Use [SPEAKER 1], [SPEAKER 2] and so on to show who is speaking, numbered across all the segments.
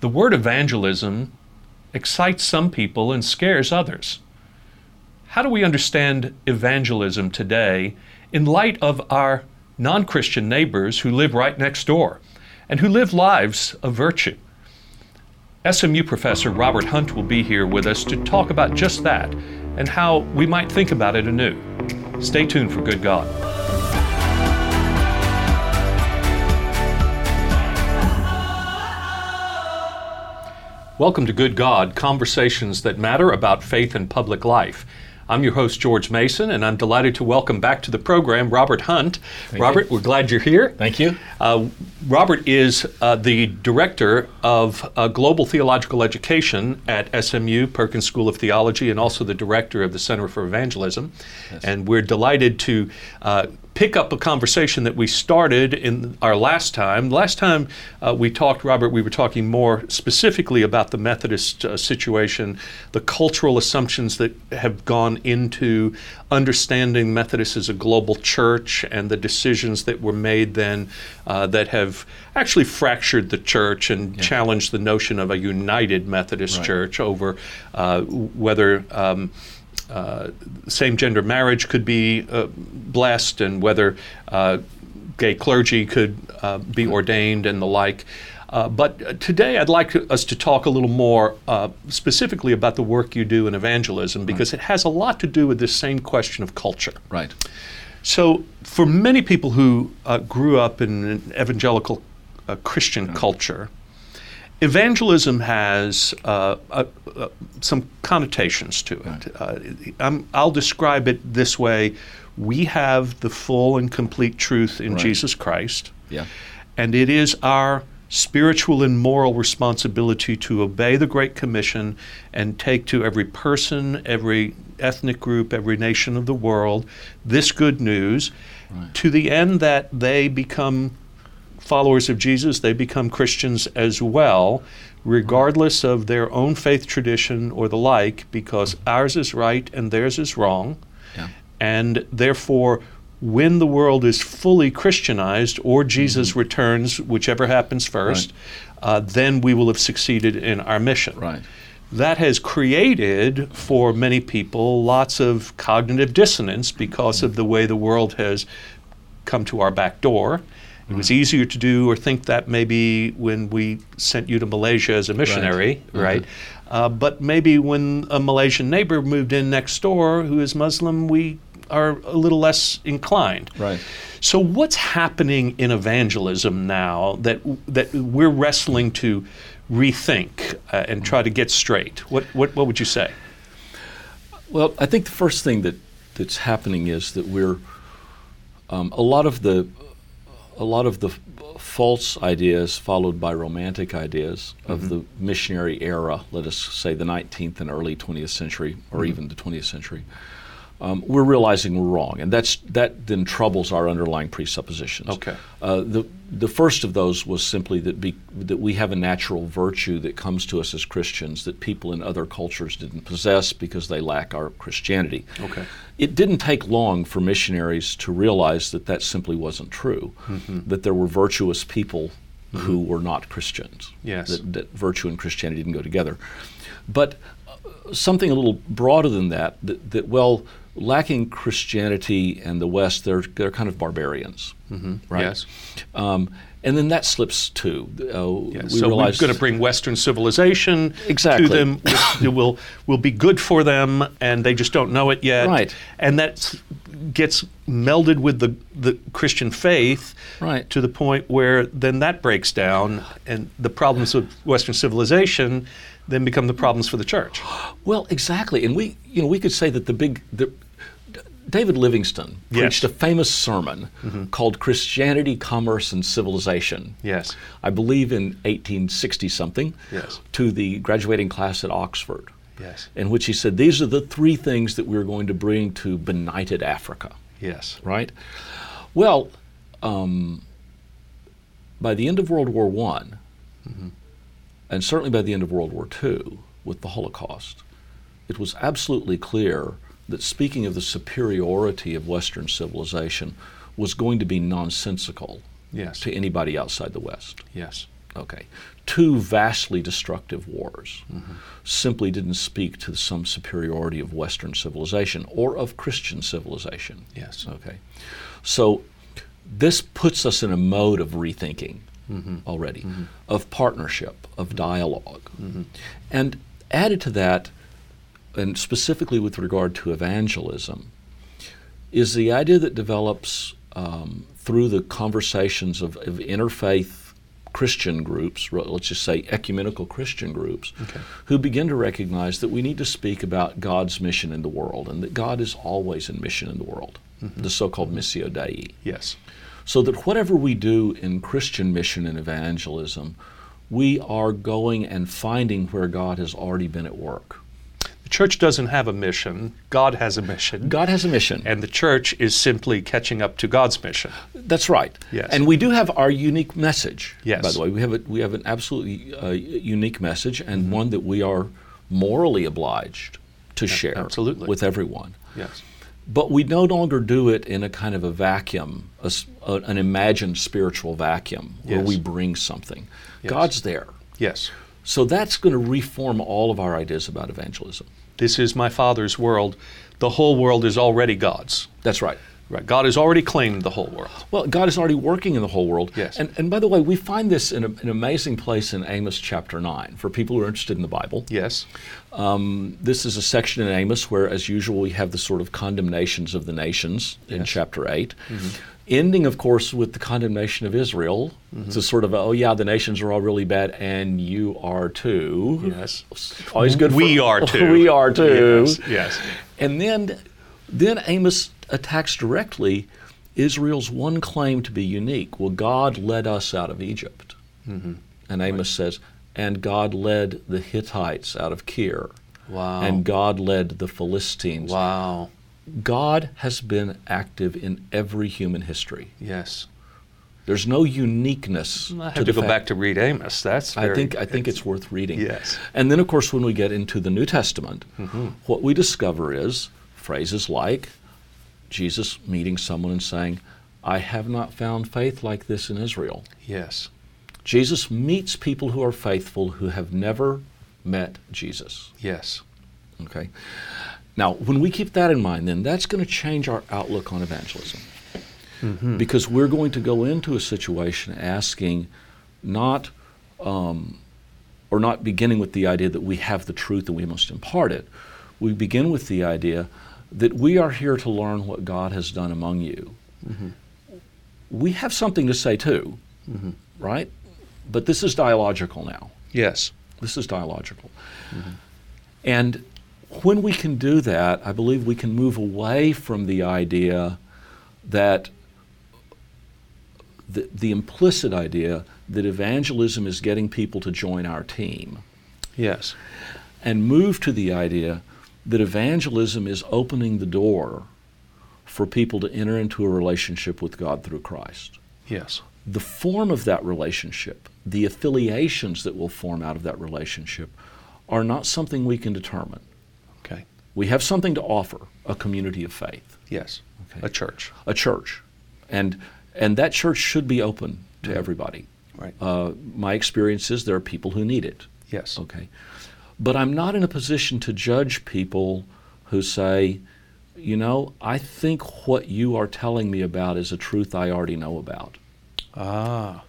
[SPEAKER 1] The word evangelism excites some people and scares others. How do we understand evangelism today in light of our non Christian neighbors who live right next door and who live lives of virtue? SMU professor Robert Hunt will be here with us to talk about just that and how we might think about it anew. Stay tuned for Good God. Welcome to Good God Conversations that Matter about Faith and Public Life. I'm your host, George Mason, and I'm delighted to welcome back to the program Robert Hunt.
[SPEAKER 2] Thank
[SPEAKER 1] Robert, we're glad you're here.
[SPEAKER 2] Thank you.
[SPEAKER 1] Uh, Robert is uh, the director of uh, Global Theological Education at SMU, Perkins School of Theology, and also the director of the Center for Evangelism. And we're delighted to uh, pick up a conversation that we started in our last time. Last time uh, we talked, Robert, we were talking more specifically about the Methodist uh, situation, the cultural assumptions that have gone into understanding Methodist as a global church, and the decisions that were made then uh, that have actually fractured the church and challenged the notion of a united Methodist church over uh, w- whether. Um, uh, same gender marriage could be uh, blessed and whether uh, gay clergy could uh, be ordained and the like. Uh, but uh, today, I'd like us to talk a little more uh, specifically about the work you do in evangelism because it has a lot to do with this same question of culture.
[SPEAKER 2] Right.
[SPEAKER 1] So, for many people who uh, grew up in an evangelical uh, Christian culture, evangelism has uh, uh, uh, some connotations to it. Uh, I'm, I'll describe it this way We have the full and complete truth in
[SPEAKER 2] Right.
[SPEAKER 1] Jesus Christ,
[SPEAKER 2] Yeah.
[SPEAKER 1] and it is our spiritual and moral responsibility to obey the Great Commission and take to every person, every ethnic group, every nation of the world this good news to the end that they become followers of Jesus, they become Christians as well, regardless of their own faith tradition or the like, because ours is right and theirs is wrong.
[SPEAKER 2] Yeah.
[SPEAKER 1] And therefore, when the world is fully Christianized or Jesus returns, whichever happens first, uh, then we will have succeeded in our mission.
[SPEAKER 2] Right.
[SPEAKER 1] That has created for many people lots of cognitive dissonance because of the way the world has come to our back door. It was easier to do or think that maybe when we sent you to Malaysia as a missionary, right?
[SPEAKER 2] Mhm.
[SPEAKER 1] Uh, but maybe when a Malaysian neighbor moved in next door who is Muslim, we are a little less inclined.
[SPEAKER 2] Right.
[SPEAKER 1] So what's happening in evangelism now that that we're wrestling to rethink uh, and try to get straight? What what what would you say?
[SPEAKER 2] Well, I think the first thing that that's happening is that we're um, a lot of the a lot of the f- false ideas followed by romantic ideas of the missionary era. Let us say the 19th and early 20th century, or even the 20th century. Um, we're realizing we're wrong, and that's that then troubles our underlying presuppositions.
[SPEAKER 1] Okay.
[SPEAKER 2] Uh, the the first of those was simply that be, that we have a natural virtue that comes to us as Christians that people in other cultures didn't possess because they lack our Christianity.
[SPEAKER 1] Okay.
[SPEAKER 2] It didn't take long for missionaries to realize that that simply wasn't true.
[SPEAKER 1] Mm-hmm.
[SPEAKER 2] That there were virtuous people who were not Christians.
[SPEAKER 1] Yes.
[SPEAKER 2] That, that virtue and Christianity didn't go together. But uh, something a little broader than that, that, that well, lacking Christianity and the West, they're, they're kind of barbarians, right?
[SPEAKER 1] Mm-hmm. Yes.
[SPEAKER 2] Um, and then that slips too. Uh,
[SPEAKER 1] Yeah,
[SPEAKER 2] we
[SPEAKER 1] so we're
[SPEAKER 2] realize
[SPEAKER 1] going to bring Western civilization
[SPEAKER 2] Exactly.
[SPEAKER 1] to them. which will will be good for them, and they just don't know it yet.
[SPEAKER 2] Right.
[SPEAKER 1] And that gets melded with the the Christian faith.
[SPEAKER 2] Right.
[SPEAKER 1] To the point where then that breaks down, and the problems of Western civilization then become the problems for the church.
[SPEAKER 2] Well, exactly, and we, you know, we could say that the big, the, D- David Livingston
[SPEAKER 1] Yes. Mm-hmm.
[SPEAKER 2] preached a famous sermon called "Christianity, Commerce, and Civilization."
[SPEAKER 1] Yes.
[SPEAKER 2] I believe in 1860 something.
[SPEAKER 1] Yes.
[SPEAKER 2] To the graduating class at Oxford.
[SPEAKER 1] Yes.
[SPEAKER 2] In which he said, "These are the three things that we're going to bring to benighted Africa."
[SPEAKER 1] Yes.
[SPEAKER 2] right? Well, um, by the end of World War One, and certainly by the end of World War Two, with the Holocaust, it was absolutely clear that speaking of the superiority of Western civilization was going to be nonsensical
[SPEAKER 1] Yes.
[SPEAKER 2] to anybody outside the West.
[SPEAKER 1] Yes.
[SPEAKER 2] Okay. Two vastly destructive wars simply didn't speak to some superiority of Western civilization or of Christian civilization.
[SPEAKER 1] Yes.
[SPEAKER 2] Okay. So this puts us in a mode of rethinking already, of partnership, of dialog And added to that, and specifically with regard to evangelism, is the idea that develops um, through the conversations of, of interfaith Christian groups, ro- let's just say ecumenical Christian groups, who begin to recognize that we need to speak about God's mission in the world and that God is always in mission in the world, the so called Missio Dei.
[SPEAKER 1] Yes.
[SPEAKER 2] So that whatever we do in Christian mission and evangelism, we are going and finding where God has already been at work.
[SPEAKER 1] The church doesn't have a mission. God has a mission.
[SPEAKER 2] God has a mission.
[SPEAKER 1] And the church is simply catching up to God's mission.
[SPEAKER 2] That's right.
[SPEAKER 1] Yes.
[SPEAKER 2] And we do have our unique message.
[SPEAKER 1] Yes.
[SPEAKER 2] By the way, we have a, we have an absolutely uh, unique message and
[SPEAKER 1] Mm-hmm.
[SPEAKER 2] one that we are morally obliged to share
[SPEAKER 1] absolutely.
[SPEAKER 2] with everyone.
[SPEAKER 1] Yes.
[SPEAKER 2] But we no longer do it in a kind of a vacuum, a s a an imagined spiritual vacuum where
[SPEAKER 1] Yes.
[SPEAKER 2] we bring something.
[SPEAKER 1] Yes.
[SPEAKER 2] God's there.
[SPEAKER 1] Yes.
[SPEAKER 2] So that's going to reform all of our ideas about evangelism.
[SPEAKER 1] This is my Father's world. The whole world is already God's.
[SPEAKER 2] That's right.
[SPEAKER 1] Right. God has already claimed the whole world.
[SPEAKER 2] Well, God is already working in the whole world.
[SPEAKER 1] Yes.
[SPEAKER 2] And, and by the way, we find this in a, an amazing place in Amos chapter 9 for people who are interested in the Bible.
[SPEAKER 1] Yes.
[SPEAKER 2] This is a section in Amos where, as usual, we have the sort of condemnations of the nations in chapter 8.
[SPEAKER 1] Mm-hmm.
[SPEAKER 2] Ending, of course, with the condemnation of Israel.
[SPEAKER 1] Mm-hmm.
[SPEAKER 2] It's a sort of, oh, yeah, the nations are all really bad, and you are too.
[SPEAKER 1] Yes.
[SPEAKER 2] Always good for-
[SPEAKER 1] We are too.
[SPEAKER 2] we are too.
[SPEAKER 1] Yes. Yes.
[SPEAKER 2] And then, then Amos attacks directly Israel's one claim to be unique. Well, God led us out of Egypt.
[SPEAKER 1] Mm-hmm.
[SPEAKER 2] And Amos says, and God led the Hittites out of Kir.
[SPEAKER 1] Wow.
[SPEAKER 2] And God led the Philistines.
[SPEAKER 1] Oh. wow.
[SPEAKER 2] God has been active in every human history.
[SPEAKER 1] Yes.
[SPEAKER 2] There's no uniqueness.
[SPEAKER 1] I have
[SPEAKER 2] to
[SPEAKER 1] to,
[SPEAKER 2] the
[SPEAKER 1] go
[SPEAKER 2] fact-
[SPEAKER 1] back to read Amos. That's
[SPEAKER 2] I
[SPEAKER 1] very-
[SPEAKER 2] think I think it's worth reading.
[SPEAKER 1] Yes.
[SPEAKER 2] And then of course when we get into the New Testament, what we discover is phrases like Jesus meeting someone and saying, "I have not found faith like this in Israel."
[SPEAKER 1] yes.
[SPEAKER 2] Jesus meets people who are faithful who have never met Jesus.
[SPEAKER 1] Yes.
[SPEAKER 2] Okay. Now, when we keep that in mind, then that's going to change our outlook on evangelism. Because we're going to go into a situation asking not, um, or not beginning with the idea that we have the truth and we must impart it. We begin with the idea that we are here to learn what God has done among you. We have something to say too, right? But this is dialogical now.
[SPEAKER 1] Yes.
[SPEAKER 2] This is dialogical. And when we can do that, I believe we can move away from the idea that the, the implicit idea that evangelism is getting people to join our team
[SPEAKER 1] Yes.
[SPEAKER 2] and move to the idea that evangelism is opening the door for people to enter into a relationship with God through Christ
[SPEAKER 1] Yes.
[SPEAKER 2] the form of that relationship, the affiliations that will form out of that relationship, are not something we can determine.
[SPEAKER 1] Okay.
[SPEAKER 2] We have something to offer a community of faith,
[SPEAKER 1] Yes.
[SPEAKER 2] Okay.
[SPEAKER 1] A church.
[SPEAKER 2] a church, and and that church should be open to everybody.
[SPEAKER 1] Right.
[SPEAKER 2] Uh, my experience is there are people who need it.
[SPEAKER 1] yes.
[SPEAKER 2] Okay. But I'm not in a position to judge people who say, you know, I think what you are telling me about is a truth I already know about.
[SPEAKER 1] Ah.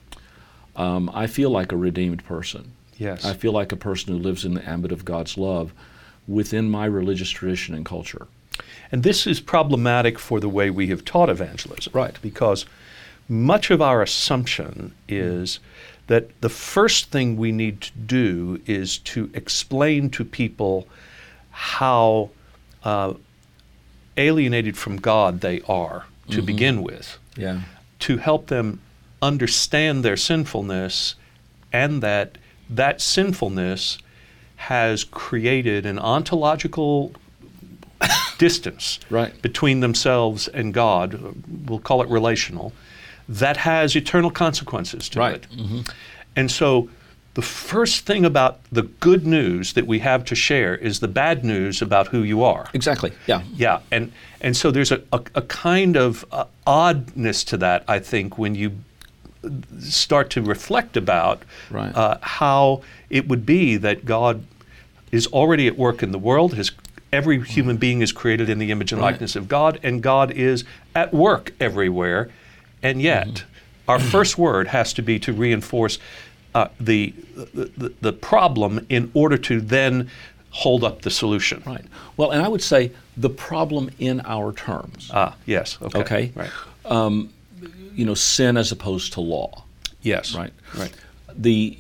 [SPEAKER 2] Um, I feel like a redeemed person.
[SPEAKER 1] Yes.
[SPEAKER 2] I feel like a person who lives in the ambit of God's love within my religious tradition and culture.
[SPEAKER 1] And this is problematic for the way we have taught evangelism.
[SPEAKER 2] Right.
[SPEAKER 1] Because much of our assumption is that the first thing we need to do is to explain to people how uh, alienated from God they are to begin with,
[SPEAKER 2] Yeah.
[SPEAKER 1] to help them understand their sinfulness and that that sinfulness has created an ontological distance
[SPEAKER 2] Right.
[SPEAKER 1] between themselves and God, we'll call it relational, that has eternal consequences to
[SPEAKER 2] Right. Mm-hmm.
[SPEAKER 1] it. And so the first thing about the good news that we have to share is the bad news about who you are.
[SPEAKER 2] Exactly. Yeah.
[SPEAKER 1] Yeah, and and so there's a, a, a kind of uh, oddness to that, I think, when you start to reflect about
[SPEAKER 2] Right.
[SPEAKER 1] uh, how it would be that God is already at work in the world. His every human being is created in the image and
[SPEAKER 2] Mm. Right.
[SPEAKER 1] likeness of God, and God is at work everywhere. And yet,
[SPEAKER 2] Mm-hmm.
[SPEAKER 1] our first word has to be to reinforce uh, the, the the- the problem in order to then hold up the solution.
[SPEAKER 2] Right. Well, and I would say the problem in our terms.
[SPEAKER 1] Ah, yes. Okay.
[SPEAKER 2] Okay.
[SPEAKER 1] Right.
[SPEAKER 2] you know, sin as opposed to law.
[SPEAKER 1] Yes.
[SPEAKER 2] Right.
[SPEAKER 1] Right.
[SPEAKER 2] The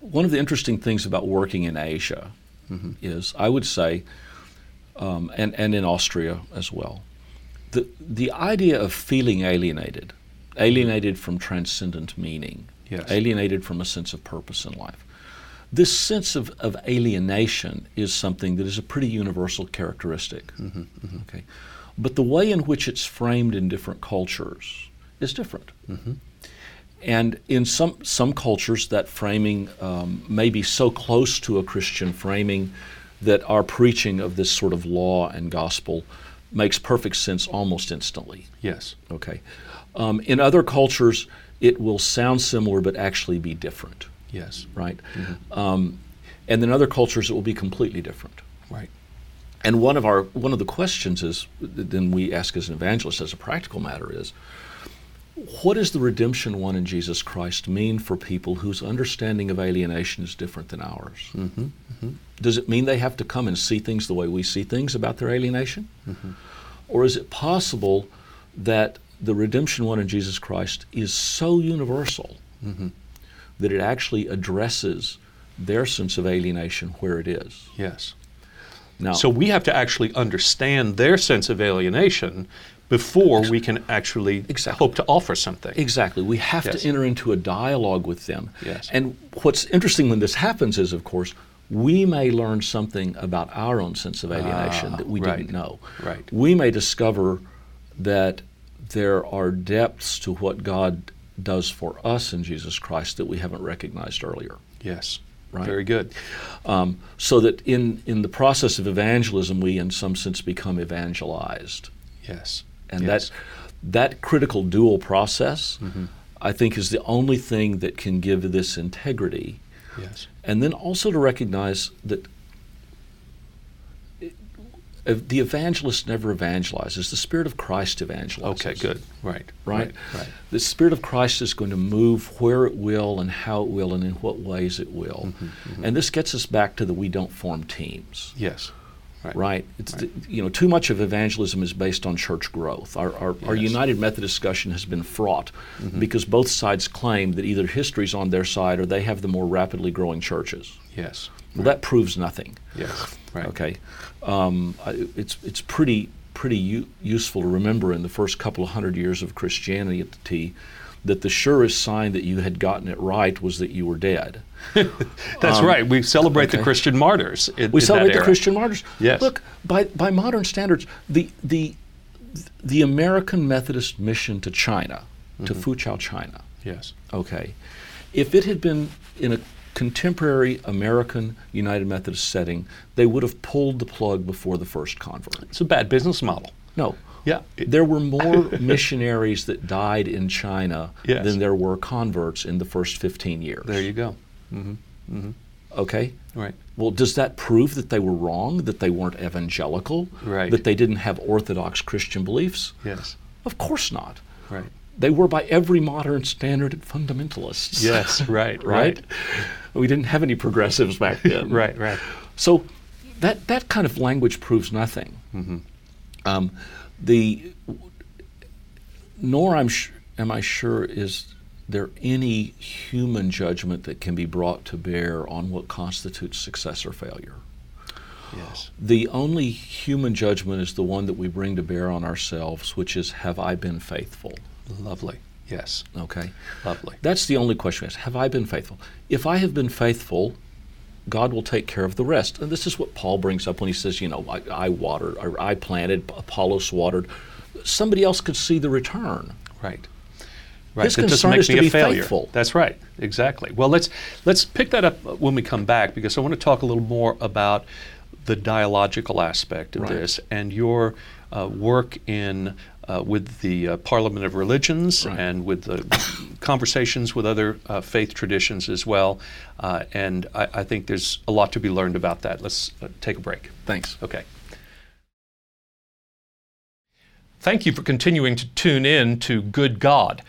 [SPEAKER 2] one of the interesting things about working in Asia is, I would say, um, and and in Austria as well, the the idea of feeling alienated, alienated from transcendent meaning,
[SPEAKER 1] Yes.
[SPEAKER 2] alienated from a sense of purpose in life. This sense of, of alienation is something that is a pretty universal characteristic. Okay, but the way in which it's framed in different cultures is different. And in some some cultures, that framing um, may be so close to a Christian framing that our preaching of this sort of law and gospel makes perfect sense almost instantly.
[SPEAKER 1] Yes.
[SPEAKER 2] Okay, um, in other cultures, it will sound similar but actually be different,
[SPEAKER 1] Yes.
[SPEAKER 2] right? Um, and in other cultures, it will be completely different.
[SPEAKER 1] Right.
[SPEAKER 2] And one of our one of the questions is that then we ask as an evangelist, as a practical matter, is what does the redemption one in Jesus Christ mean for people whose understanding of alienation is different than ours? Does it mean they have to come and see things the way we see things about their alienation? Or is it possible that the redemption one in Jesus Christ is so universal that it actually addresses their sense of alienation where it is?
[SPEAKER 1] Yes.
[SPEAKER 2] Now,
[SPEAKER 1] So we have to actually understand their sense of alienation before we can actually
[SPEAKER 2] Exactly.
[SPEAKER 1] hope to offer something.
[SPEAKER 2] Exactly. We have
[SPEAKER 1] Yes.
[SPEAKER 2] to enter into a dialogue with them.
[SPEAKER 1] Yes.
[SPEAKER 2] And what's interesting when this happens is, of course, we may learn something about our own sense of alienation
[SPEAKER 1] Ah,
[SPEAKER 2] that we
[SPEAKER 1] right.
[SPEAKER 2] didn't know.
[SPEAKER 1] Right.
[SPEAKER 2] We may discover that there are depths to what God does for us in Jesus Christ that we haven't recognized earlier.
[SPEAKER 1] Yes.
[SPEAKER 2] Right.
[SPEAKER 1] Very good.
[SPEAKER 2] Um, so that in, in the process of evangelism, we, in some sense, become evangelized
[SPEAKER 1] Yes.
[SPEAKER 2] and
[SPEAKER 1] yes. Mm-hmm.
[SPEAKER 2] that that critical dual process i think is the only thing that can give this integrity
[SPEAKER 1] Yes.
[SPEAKER 2] and then also to recognize that it- uh, the evangelist never evangelizes the spirit of christ evangelizes
[SPEAKER 1] Okay. Good. Right.
[SPEAKER 2] right?
[SPEAKER 1] Right.
[SPEAKER 2] The Spirit of Christ is going to move where it will and how it will and in what ways it will.
[SPEAKER 1] Mm-hmm,
[SPEAKER 2] And this gets us back to the we don't form teams
[SPEAKER 1] Yes. Right.
[SPEAKER 2] right? It's
[SPEAKER 1] Right.
[SPEAKER 2] The, you know, too much of evangelism is based on church growth. Our, our, our
[SPEAKER 1] Yes. Mm-hmm.
[SPEAKER 2] United Methodist discussion has been fraught because both sides claim that either history's on their side or they have the more rapidly growing churches.
[SPEAKER 1] Yes.
[SPEAKER 2] Well, that proves nothing.
[SPEAKER 1] Yes. Right.
[SPEAKER 2] Okay, um, I- it's it's pretty pretty u- useful to remember in the first couple of hundred years of Christianity that the surest sign that you had gotten it right was that you were dead.
[SPEAKER 1] That's right. We celebrate the
[SPEAKER 2] okay.
[SPEAKER 1] Christian martyrs. In,
[SPEAKER 2] We
[SPEAKER 1] in that
[SPEAKER 2] celebrate the
[SPEAKER 1] era.
[SPEAKER 2] Christian martyrs.
[SPEAKER 1] Yes.
[SPEAKER 2] Look, by, by modern standards, the, the, the American Methodist mission to China, to
[SPEAKER 1] Mm-hmm.
[SPEAKER 2] Fuchao, China,
[SPEAKER 1] Yes.
[SPEAKER 2] okay, if it had been in a contemporary American United Methodist setting, they would have pulled the plug before the first convert.
[SPEAKER 1] It's a bad business model.
[SPEAKER 2] No.
[SPEAKER 1] Yeah. It-
[SPEAKER 2] There were more missionaries that died in China
[SPEAKER 1] Yes.
[SPEAKER 2] than there were converts in the first 15 years.
[SPEAKER 1] there you go.
[SPEAKER 2] okay?
[SPEAKER 1] Right.
[SPEAKER 2] Well, does that prove that they were wrong, that they weren't evangelical,
[SPEAKER 1] Right.
[SPEAKER 2] that they didn't have orthodox Christian beliefs?
[SPEAKER 1] Yes.
[SPEAKER 2] Of course not.
[SPEAKER 1] Right.
[SPEAKER 2] They were, by every modern standard, fundamentalists.
[SPEAKER 1] Yes. Right.
[SPEAKER 2] right?
[SPEAKER 1] Right.
[SPEAKER 2] We didn't have any progressives back then.
[SPEAKER 1] Right. Right.
[SPEAKER 2] So that, that kind of language proves nothing.
[SPEAKER 1] Mm-hmm.
[SPEAKER 2] Um, the nor I'm sh- am I sure is there any human judgment that can be brought to bear on what constitutes success or failure.
[SPEAKER 1] Yes.
[SPEAKER 2] The only human judgment is the one that we bring to bear on ourselves, which is, have I been faithful?
[SPEAKER 1] Lovely. Yes.
[SPEAKER 2] Okay.
[SPEAKER 1] Lovely.
[SPEAKER 2] That's the only question. Is have I been faithful? If I have been faithful, God will take care of the rest. And this is what Paul brings up when he says, you know, I, I watered or I planted, Apollos watered. Somebody else could see the return.
[SPEAKER 1] Right. Right.
[SPEAKER 2] His
[SPEAKER 1] that doesn't
[SPEAKER 2] concern
[SPEAKER 1] make
[SPEAKER 2] is
[SPEAKER 1] me
[SPEAKER 2] to
[SPEAKER 1] a
[SPEAKER 2] be
[SPEAKER 1] failure.
[SPEAKER 2] faithful.
[SPEAKER 1] That's right. Exactly. Well, let's let's pick that up when we come back because I want to talk a little more about the dialogical aspect of
[SPEAKER 2] Right.
[SPEAKER 1] this and your uh, work in. uh, with the uh, Parliament of Religions
[SPEAKER 2] Right.
[SPEAKER 1] and with the conversations with other uh, faith traditions as well. Uh, and I, I think there's a lot to be learned about that. Let's uh, take a break.
[SPEAKER 2] Thanks.
[SPEAKER 1] Okay. Thank you for continuing to tune in to Good God.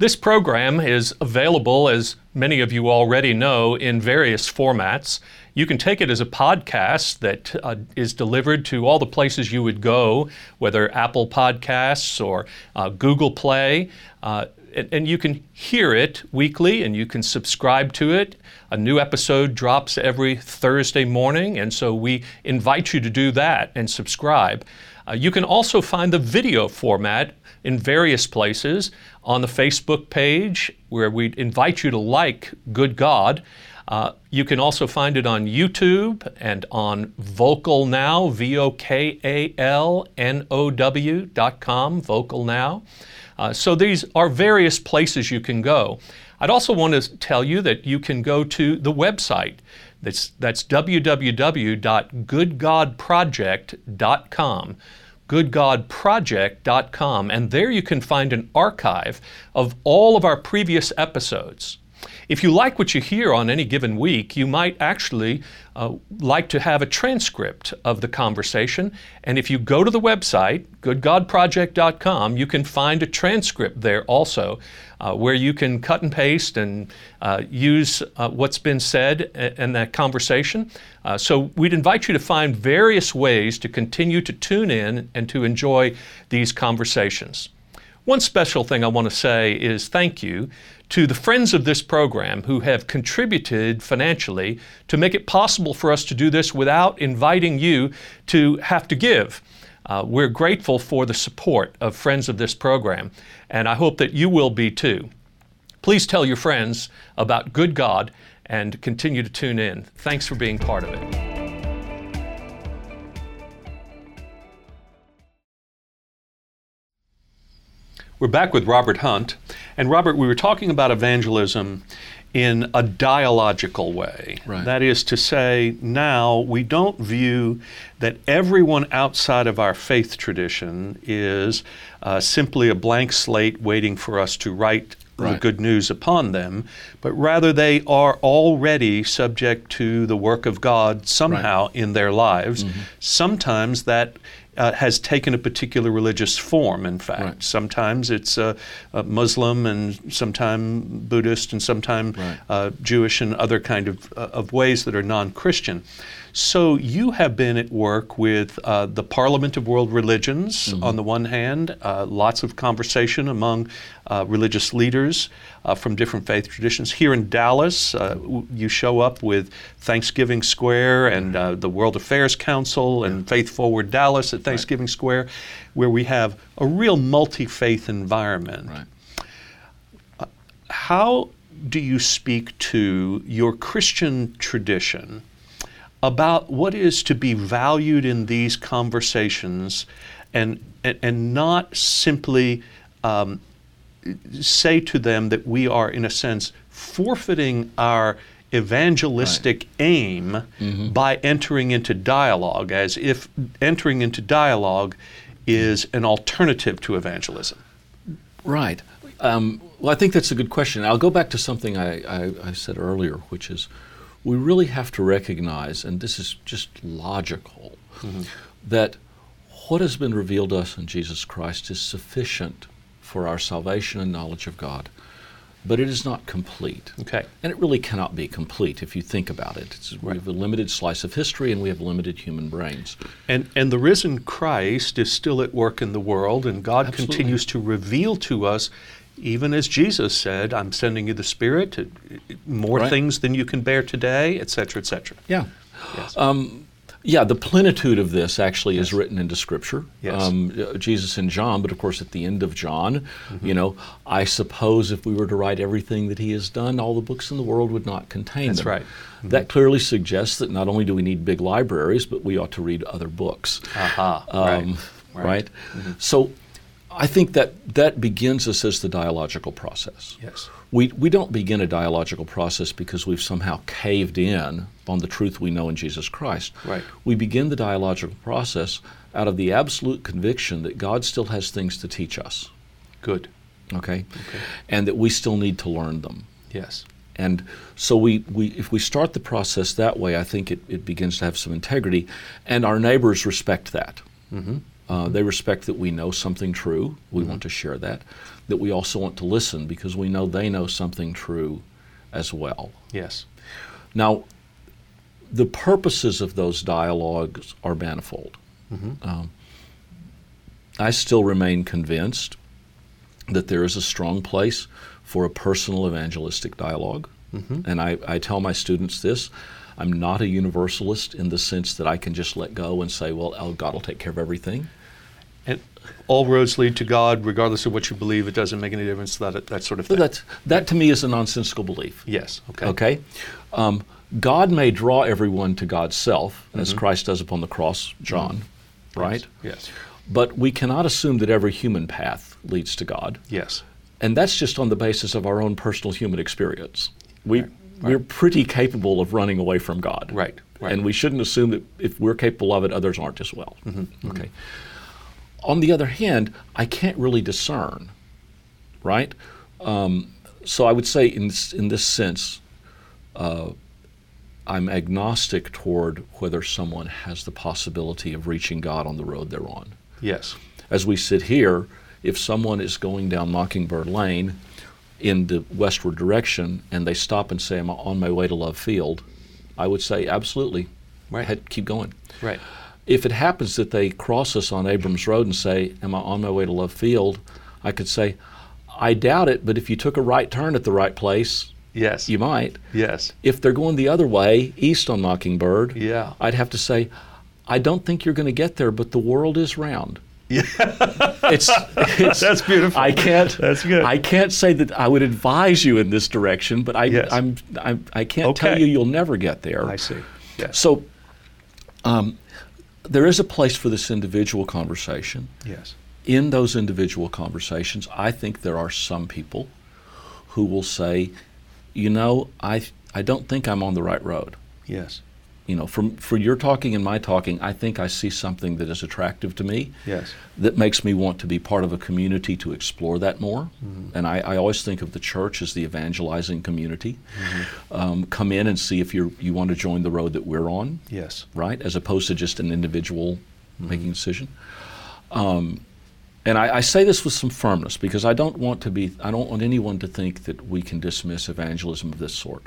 [SPEAKER 1] This program is available, as many of you already know, in various formats. You can take it as a podcast that uh, is delivered to all the places you would go, whether Apple Podcasts or uh, Google Play. Uh, and, and you can hear it weekly and you can subscribe to it. A new episode drops every Thursday morning, and so we invite you to do that and subscribe. Uh, you can also find the video format in various places on the Facebook page where we invite you to like Good God. Uh, you can also find it on YouTube and on Vocal Now, V O K A L N O W dot com, Vocal Now. Uh, so these are various places you can go. I'd also want to tell you that you can go to the website. That's, that's www.goodgodproject.com. Goodgodproject.com. And there you can find an archive of all of our previous episodes. If you like what you hear on any given week, you might actually uh, like to have a transcript of the conversation. And if you go to the website, goodgodproject.com, you can find a transcript there also, uh, where you can cut and paste and uh, use uh, what's been said i- in that conversation. Uh, so we'd invite you to find various ways to continue to tune in and to enjoy these conversations. One special thing I want to say is thank you to the friends of this program who have contributed financially to make it possible for us to do this without inviting you to have to give. Uh, we're grateful for the support of friends of this program, and I hope that you will be too. Please tell your friends about Good God and continue to tune in. Thanks for being part of it. We're back with Robert Hunt. And Robert, we were talking about evangelism in a dialogical way.
[SPEAKER 2] Right.
[SPEAKER 1] That is to say, now we don't view that everyone outside of our faith tradition is uh, simply a blank slate waiting for us to write the
[SPEAKER 2] Right.
[SPEAKER 1] good news upon them, but rather they are already subject to the work of God somehow in their lives.
[SPEAKER 2] Mm-hmm.
[SPEAKER 1] Sometimes that uh, has taken a particular religious form, in fact.
[SPEAKER 2] Right.
[SPEAKER 1] Sometimes it's uh, uh, Muslim, and sometimes Buddhist, and sometimes
[SPEAKER 2] Right.
[SPEAKER 1] uh, Jewish, and other kind of, uh, of ways that are non-Christian. So you have been at work with uh, the Parliament of World Religions on the one hand, uh, lots of conversation among uh, religious leaders uh, from different faith traditions. Here in Dallas, uh, w- you show up with Thanksgiving Square and uh, the World Affairs Council and Faith Forward Dallas at Thanksgiving Square, where we have a real multi-faith environment
[SPEAKER 2] Right.
[SPEAKER 1] how do you speak to your Christian tradition about what is to be valued in these conversations and, and, and not simply um, say to them that we are, in a sense, forfeiting our evangelistic aim by entering into dialogue, as if entering into dialogue is an alternative to evangelism?
[SPEAKER 2] Right. Um, well, I think that's a good question. I'll go back to something I, I, I said earlier, which is we really have to recognize, and this is just logical, that what has been revealed to us in Jesus Christ is sufficient for our salvation and knowledge of God, but it is not complete.
[SPEAKER 1] Okay.
[SPEAKER 2] And it really cannot be complete if you think about it. It's, We have a limited slice of history and we have limited human brains.
[SPEAKER 1] And, and the risen Christ is still at work in the world, and God
[SPEAKER 2] Absolutely.
[SPEAKER 1] continues to reveal to us, even as Jesus said, I'm sending you the Spirit, uh, uh, more
[SPEAKER 2] Right.
[SPEAKER 1] things than you can bear today, et cetera, et cetera.
[SPEAKER 2] Yeah.
[SPEAKER 1] Yes.
[SPEAKER 2] Um, Yeah, the plenitude of this actually is written into Scripture.
[SPEAKER 1] Yes.
[SPEAKER 2] uh, Jesus and John, but of course at the end of John,
[SPEAKER 1] Mm-hmm.
[SPEAKER 2] you know, I suppose if we were to write everything that he has done, all the books in the world would not contain
[SPEAKER 1] That's
[SPEAKER 2] them.
[SPEAKER 1] right. Mm-hmm.
[SPEAKER 2] That clearly suggests that not only do we need big libraries, but we ought to read other books.
[SPEAKER 1] Aha.
[SPEAKER 2] Um,
[SPEAKER 1] Uh-huh. right. Mm-hmm.
[SPEAKER 2] right. Um, So I think that that begins us as the dialogical process.
[SPEAKER 1] Yes.
[SPEAKER 2] We, we don't begin a dialogical process because we've somehow caved in on the truth we know in Jesus Christ.
[SPEAKER 1] Right.
[SPEAKER 2] We begin the dialogical process out of the absolute conviction that God still has things to teach us,
[SPEAKER 1] Good.
[SPEAKER 2] okay? And that we still need to learn them.
[SPEAKER 1] Yes.
[SPEAKER 2] And so we, we if we start the process that way, I think it, it begins to have some integrity, and our neighbors respect that. Uh, they respect that we know something true. We want to share that. That we also want to listen because we know they know something true as well.
[SPEAKER 1] Yes.
[SPEAKER 2] Now, the purposes of those dialogues are manifold. Um, I still remain convinced that there is a strong place for a personal evangelistic dialog And I, I tell my students this I'm not a universalist in the sense that I can just let go and say, well, oh, God will take care of everything.
[SPEAKER 1] And all roads lead to God, regardless of what you believe. It doesn't make any difference. That that sort of
[SPEAKER 2] But
[SPEAKER 1] thing.
[SPEAKER 2] that's, that to me is a nonsensical belief.
[SPEAKER 1] yes. Okay.
[SPEAKER 2] Okay? Um, God may draw everyone to God's self, as Christ does upon the cross, John, right?
[SPEAKER 1] Mm-hmm. Yes.
[SPEAKER 2] But we cannot assume that every human path leads to God.
[SPEAKER 1] Yes.
[SPEAKER 2] And that's just on the basis of our own personal human experience. We, We're pretty capable of running away from God.
[SPEAKER 1] Right, right.
[SPEAKER 2] And we shouldn't assume that if we're capable of it, others aren't as well.
[SPEAKER 1] Mm-hmm.
[SPEAKER 2] Okay. On the other hand, I can't really discern, right? Um, so I would say, in, s- in this sense, uh, I'm agnostic toward whether someone has the possibility of reaching God on the road they're on
[SPEAKER 1] Yes.
[SPEAKER 2] as we sit here, if someone is going down Mockingbird Lane in the westward direction and they stop and say, I'm on my way to Love Field, I would say, absolutely,
[SPEAKER 1] Right.
[SPEAKER 2] head, keep going.
[SPEAKER 1] Right.
[SPEAKER 2] If it happens that they cross us on Abrams Road and say, Am I on my way to Love Field? I could say, I doubt it, but if you took a right turn at the right place,
[SPEAKER 1] Yes.
[SPEAKER 2] you might.
[SPEAKER 1] yes.
[SPEAKER 2] If they're going the other way, east on Mockingbird,
[SPEAKER 1] Yeah.
[SPEAKER 2] I'd have to say, I don't think you're going to get there, but the world is round.
[SPEAKER 1] Yeah.
[SPEAKER 2] It's, it's
[SPEAKER 1] That's beautiful.
[SPEAKER 2] I can't.
[SPEAKER 1] That's good.
[SPEAKER 2] I can't say that I would advise you in this direction, but I,
[SPEAKER 1] Yes.
[SPEAKER 2] I'm, I'm, I can't tell
[SPEAKER 1] Okay.
[SPEAKER 2] you you'll never get there.
[SPEAKER 1] I see. Yes.
[SPEAKER 2] So, um, there is a place for this individual conversation.
[SPEAKER 1] Yes.
[SPEAKER 2] In those individual conversations, I think there are some people who will say, you know, I, I don't think I'm on the right road.
[SPEAKER 1] Yes.
[SPEAKER 2] You know, from for your talking and my talking, I think I see something that is attractive to me
[SPEAKER 1] Yes.
[SPEAKER 2] that makes me want to be part of a community to explore that more. And I, I always think of the church as the evangelizing community. Um, come in and see if you you want to join the road that we're on,
[SPEAKER 1] Yes.
[SPEAKER 2] right? As opposed to just an individual
[SPEAKER 1] Mm-hmm.
[SPEAKER 2] making a decision. Um, and I, I say this with some firmness because I don't want to be I don't want anyone to think that we can dismiss evangelism of this sort.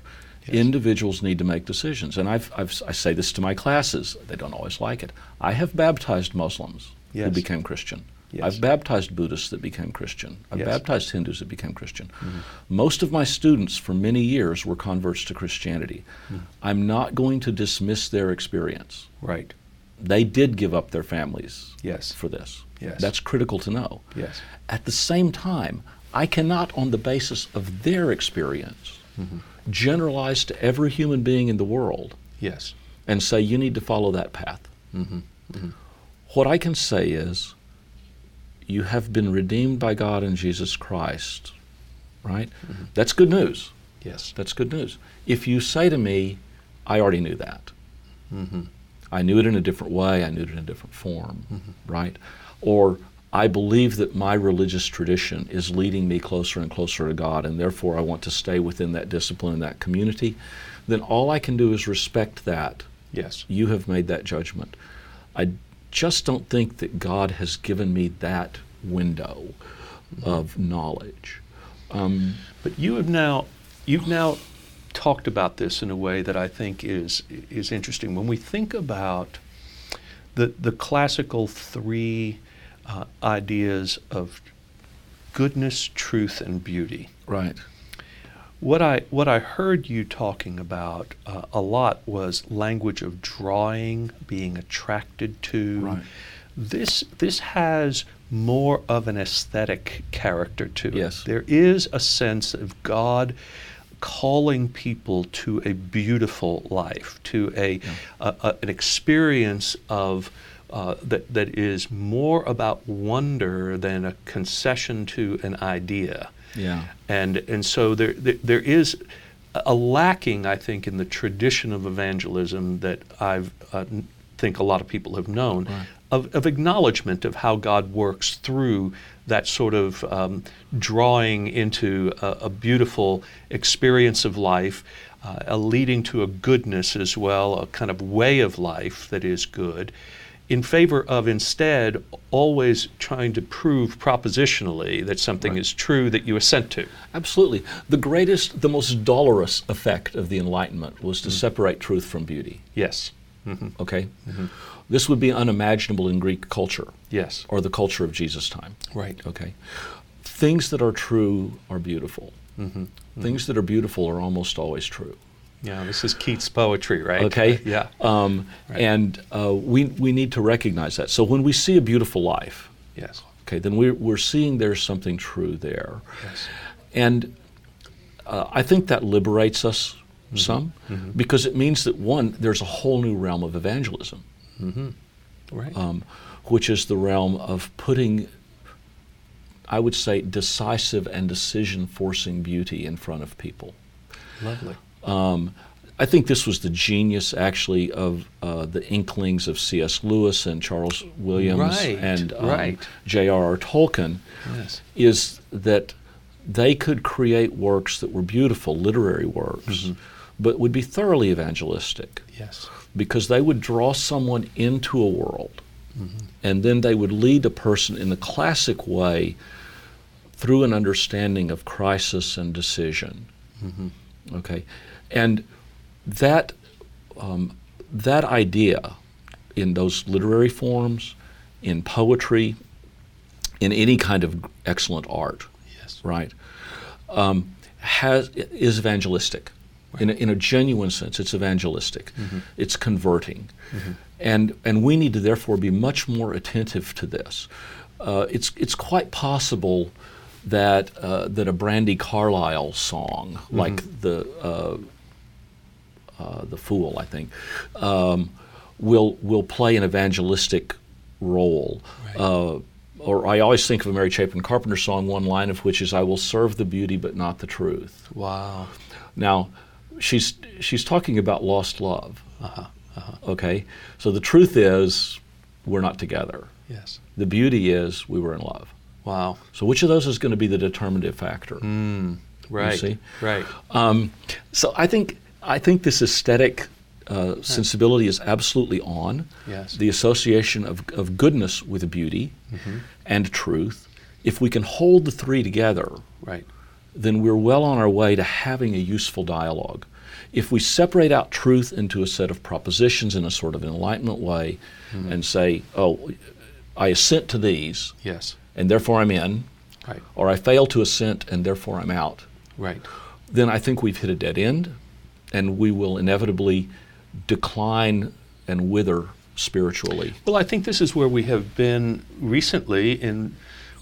[SPEAKER 2] Individuals need to make decisions, and I've, I've, I say this to my classes. They don't always like it. I have baptized Muslims who
[SPEAKER 1] Yes.
[SPEAKER 2] became Christian.
[SPEAKER 1] Yes.
[SPEAKER 2] I've baptized Buddhists that became Christian. I've
[SPEAKER 1] Yes. Mm-hmm.
[SPEAKER 2] baptized Hindus that became Christian. Most of my students for many years were converts to Christianity.
[SPEAKER 1] Mm-hmm.
[SPEAKER 2] I'm not going to dismiss their experience.
[SPEAKER 1] Right.
[SPEAKER 2] They did give up their families
[SPEAKER 1] Yes.
[SPEAKER 2] for this.
[SPEAKER 1] Yes.
[SPEAKER 2] That's critical to know.
[SPEAKER 1] Yes.
[SPEAKER 2] At the same time, I cannot, on the basis of their experience,
[SPEAKER 1] Mm-hmm.
[SPEAKER 2] generalize to every human being in the world
[SPEAKER 1] Yes.
[SPEAKER 2] and say, you need to follow that path. What I can say is, you have been redeemed by God in Jesus Christ, right? That's good news.
[SPEAKER 1] Yes.
[SPEAKER 2] That's good news. If you say to me, I already knew that, I knew it in a different way, I knew it in a different form, right? Or I believe that my religious tradition is leading me closer and closer to God, and therefore I want to stay within that discipline and that community, then all I can do is respect that
[SPEAKER 1] Yes.
[SPEAKER 2] you have made that judgment. I just don't think that God has given me that window of knowledge.
[SPEAKER 1] But you have now, you've now talked about this in a way that I think is is interesting. When we think about the the classical three uh, ideas of goodness, truth, and beauty,
[SPEAKER 2] Right.
[SPEAKER 1] what I what I heard you talking about uh, a lot was language of drawing, being attracted to.
[SPEAKER 2] Right.
[SPEAKER 1] This this has more of an aesthetic character to it.
[SPEAKER 2] Yes.
[SPEAKER 1] There is a sense of God calling people to a beautiful life, to a, a- a- an experience of uh, that, that is more about wonder than a concession to an idea.
[SPEAKER 2] Yeah.
[SPEAKER 1] And, and so there, there, there is a lacking, I think, in the tradition of evangelism that I uh, think a lot of people have known
[SPEAKER 2] Right.
[SPEAKER 1] of, of acknowledgement of how God works through that sort of um, drawing into a, a beautiful experience of life, uh, a leading to a goodness as well, a kind of way of life that is good, in favor of instead always trying to prove propositionally that something is true that you assent to.
[SPEAKER 2] Absolutely. The greatest, the most dolorous effect of the Enlightenment was to separate truth from beauty.
[SPEAKER 1] Yes,
[SPEAKER 2] Okay? This would be unimaginable in Greek culture
[SPEAKER 1] yes,
[SPEAKER 2] or the culture of Jesus' time.
[SPEAKER 1] right.
[SPEAKER 2] Okay? Things that are true are beautiful. Things that are beautiful are almost always true.
[SPEAKER 1] Yeah, this is Keats' poetry, right?
[SPEAKER 2] Okay?
[SPEAKER 1] Yeah.
[SPEAKER 2] Um, And uh, we, we need to recognize that. So when we see a beautiful life,
[SPEAKER 1] yes.
[SPEAKER 2] okay, then we're, we're seeing there's something true there.
[SPEAKER 1] Yes.
[SPEAKER 2] And uh, I think that liberates us some because it means that one, there's a whole new realm of evangelism,
[SPEAKER 1] Right.
[SPEAKER 2] um, which is the realm of putting, I would say, decisive and decision forcing beauty in front of people.
[SPEAKER 1] Lovely.
[SPEAKER 2] I think this was the genius, actually, of uh, the inklings of C.S. Lewis and Charles Williams
[SPEAKER 1] Right,
[SPEAKER 2] and um,
[SPEAKER 1] right.
[SPEAKER 2] J.R.R. Tolkien.
[SPEAKER 1] Yes.
[SPEAKER 2] is that they could create works that were beautiful, literary works,
[SPEAKER 1] Mm-hmm.
[SPEAKER 2] but would be thoroughly evangelistic
[SPEAKER 1] Yes.
[SPEAKER 2] because they would draw someone into a world and then they would lead a person in the classic way through an understanding of crisis and decision. Okay, and that um, that idea in those literary forms, in poetry, in any kind of excellent art,
[SPEAKER 1] Yes.
[SPEAKER 2] right, um, has is evangelistic. In, a, in a genuine sense, it's evangelistic. It's converting, and and we need to therefore be much more attentive to this. Uh, it's it's quite possible that uh, that a Brandy Carlisle song like the uh, uh, the Fool, I think, um, will will play an evangelistic role. Uh, or I always think of a Mary Chapin Carpenter song, one line of which is, "I will serve the beauty, but not the truth."
[SPEAKER 1] Wow.
[SPEAKER 2] Now, she's she's talking about lost love. Okay, so the truth is, we're not together.
[SPEAKER 1] Yes.
[SPEAKER 2] The beauty is, we were in love.
[SPEAKER 1] Wow.
[SPEAKER 2] So which of those is going to be the determinative factor?
[SPEAKER 1] Right.
[SPEAKER 2] see?
[SPEAKER 1] Right.
[SPEAKER 2] Um, so I think I think this aesthetic uh, sensibility is absolutely on.
[SPEAKER 1] Yes.
[SPEAKER 2] The association of, of goodness with beauty and truth. If we can hold the three together,
[SPEAKER 1] Right.
[SPEAKER 2] then we're well on our way to having a useful dialogue. If we separate out truth into a set of propositions in a sort of enlightenment way and say, oh, I assent to these
[SPEAKER 1] Yes.
[SPEAKER 2] and therefore I'm in,
[SPEAKER 1] Right.
[SPEAKER 2] or I fail to assent and therefore I'm out,
[SPEAKER 1] Right.
[SPEAKER 2] then I think we've hit a dead end and we will inevitably decline and wither spiritually.
[SPEAKER 1] Well, I think this is where we have been recently in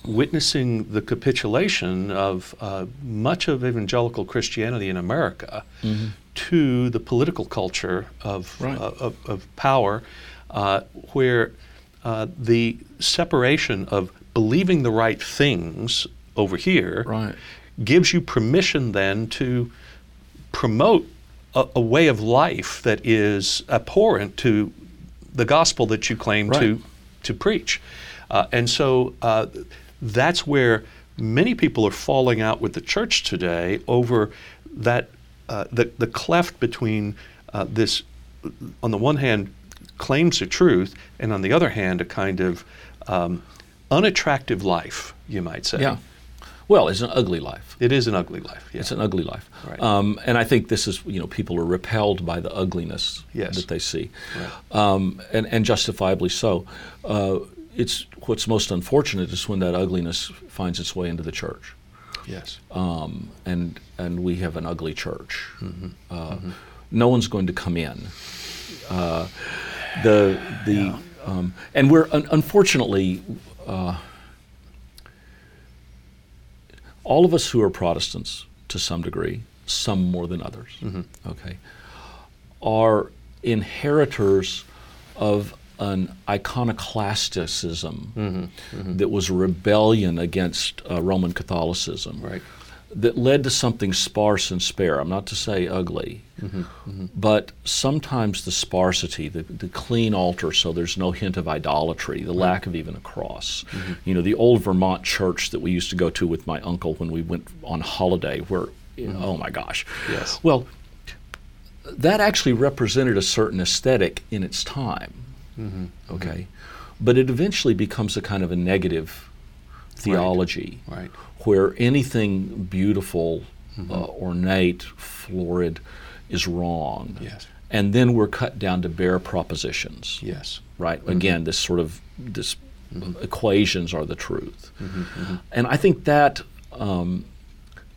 [SPEAKER 1] witnessing the capitulation of uh, much of evangelical Christianity in America to the political culture of
[SPEAKER 2] Mm-hmm. Right.
[SPEAKER 1] uh, of, of power, uh, where uh, the separation of believing the right things over here
[SPEAKER 2] Right.
[SPEAKER 1] gives you permission then to promote a, a way of life that is abhorrent to the gospel that you claim to
[SPEAKER 2] Right.
[SPEAKER 1] to preach. Uh, and so uh, that's where many people are falling out with the church today over that uh, the, the cleft between uh, this, on the one hand, claims of truth, and on the other hand, a kind of um, unattractive life, you might say.
[SPEAKER 2] Well, it's an ugly life.
[SPEAKER 1] It is an ugly life. Yeah.
[SPEAKER 2] It's an ugly life.
[SPEAKER 1] Right.
[SPEAKER 2] Um, and I think this is, you know, people are repelled by the ugliness
[SPEAKER 1] Yes.
[SPEAKER 2] that they see,
[SPEAKER 1] Right.
[SPEAKER 2] um, and, and justifiably so. Uh, it's what's most unfortunate is when that ugliness finds its way into the church,
[SPEAKER 1] yes.
[SPEAKER 2] um, and and we have an ugly church. Uh, No one's going to come in. Uh, the the um, and we're un- unfortunately. Uh, all of us who are Protestants, to some degree, some more than others, okay, are inheritors of an iconoclasticism that was rebellion against uh, Roman Catholicism
[SPEAKER 1] Right.
[SPEAKER 2] that led to something sparse and spare. I'm not to say ugly, but sometimes the sparsity, the, the clean altar, so there's no hint of idolatry, the lack of even a cross. You know, the old Vermont church that we used to go to with my uncle when we went on holiday, where, oh my gosh.
[SPEAKER 1] Yes.
[SPEAKER 2] Well, that actually represented a certain aesthetic in its time.
[SPEAKER 1] Mm-hmm.
[SPEAKER 2] Okay. But it eventually becomes a kind of a negative theology
[SPEAKER 1] Right.
[SPEAKER 2] where anything beautiful,
[SPEAKER 1] Mm-hmm.
[SPEAKER 2] uh, ornate, florid is wrong.
[SPEAKER 1] Yes.
[SPEAKER 2] And then we're cut down to bare propositions.
[SPEAKER 1] Yes.
[SPEAKER 2] Right? Again, this sort of this
[SPEAKER 1] Mm-hmm.
[SPEAKER 2] equations are the truth. And I think that um,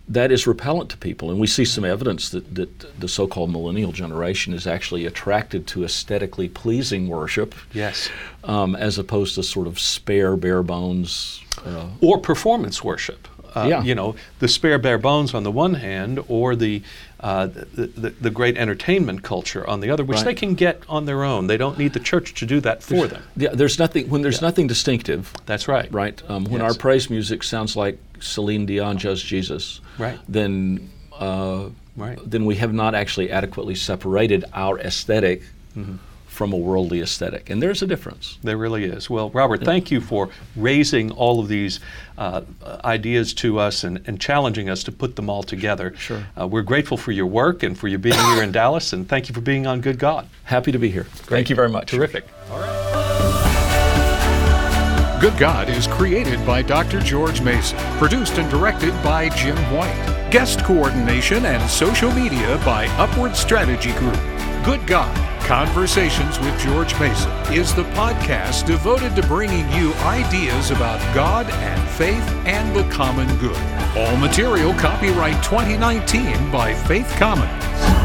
[SPEAKER 2] that is repellent to people. And we see some evidence that, that the so called millennial generation is actually attracted to aesthetically pleasing worship
[SPEAKER 1] Yes.
[SPEAKER 2] um, as opposed to sort of spare, bare bones. Uh,
[SPEAKER 1] or performance worship. Uh,
[SPEAKER 2] Yeah.
[SPEAKER 1] You know, the spare bare bones on the one hand, or the uh, the, the, the great entertainment culture on the other, which
[SPEAKER 2] Right.
[SPEAKER 1] they can get on their own. They don't need the church to do that for them.
[SPEAKER 2] yeah, there's nothing, when there's nothing distinctive,
[SPEAKER 1] That's right.
[SPEAKER 2] right? Um, when
[SPEAKER 1] Yes.
[SPEAKER 2] our praise music sounds like Celine Dion just Jesus,
[SPEAKER 1] Right.
[SPEAKER 2] Then, uh,
[SPEAKER 1] Right.
[SPEAKER 2] Then we have not actually adequately separated our esthetic
[SPEAKER 1] Mm-hmm.
[SPEAKER 2] from a worldly aesthetic, and there's a difference.
[SPEAKER 1] There really is. Well, Robert, thank you for raising all of these uh, ideas to us and, and challenging us to put them all together.
[SPEAKER 2] Sure.
[SPEAKER 1] Uh, we're grateful for your work and for you being here in Dallas, and thank you for being on Good God.
[SPEAKER 2] Happy to be here. Thank you very much.
[SPEAKER 1] Terrific.
[SPEAKER 3] Good God is created by Dr. George Mason, produced and directed by Jim White. Guest coordination and social media by Upward Strategy Group. Good God Conversations with George Mason is the podcast devoted to bringing you ideas about God and faith and the common good. All material copyright 2019 by Faith Commons.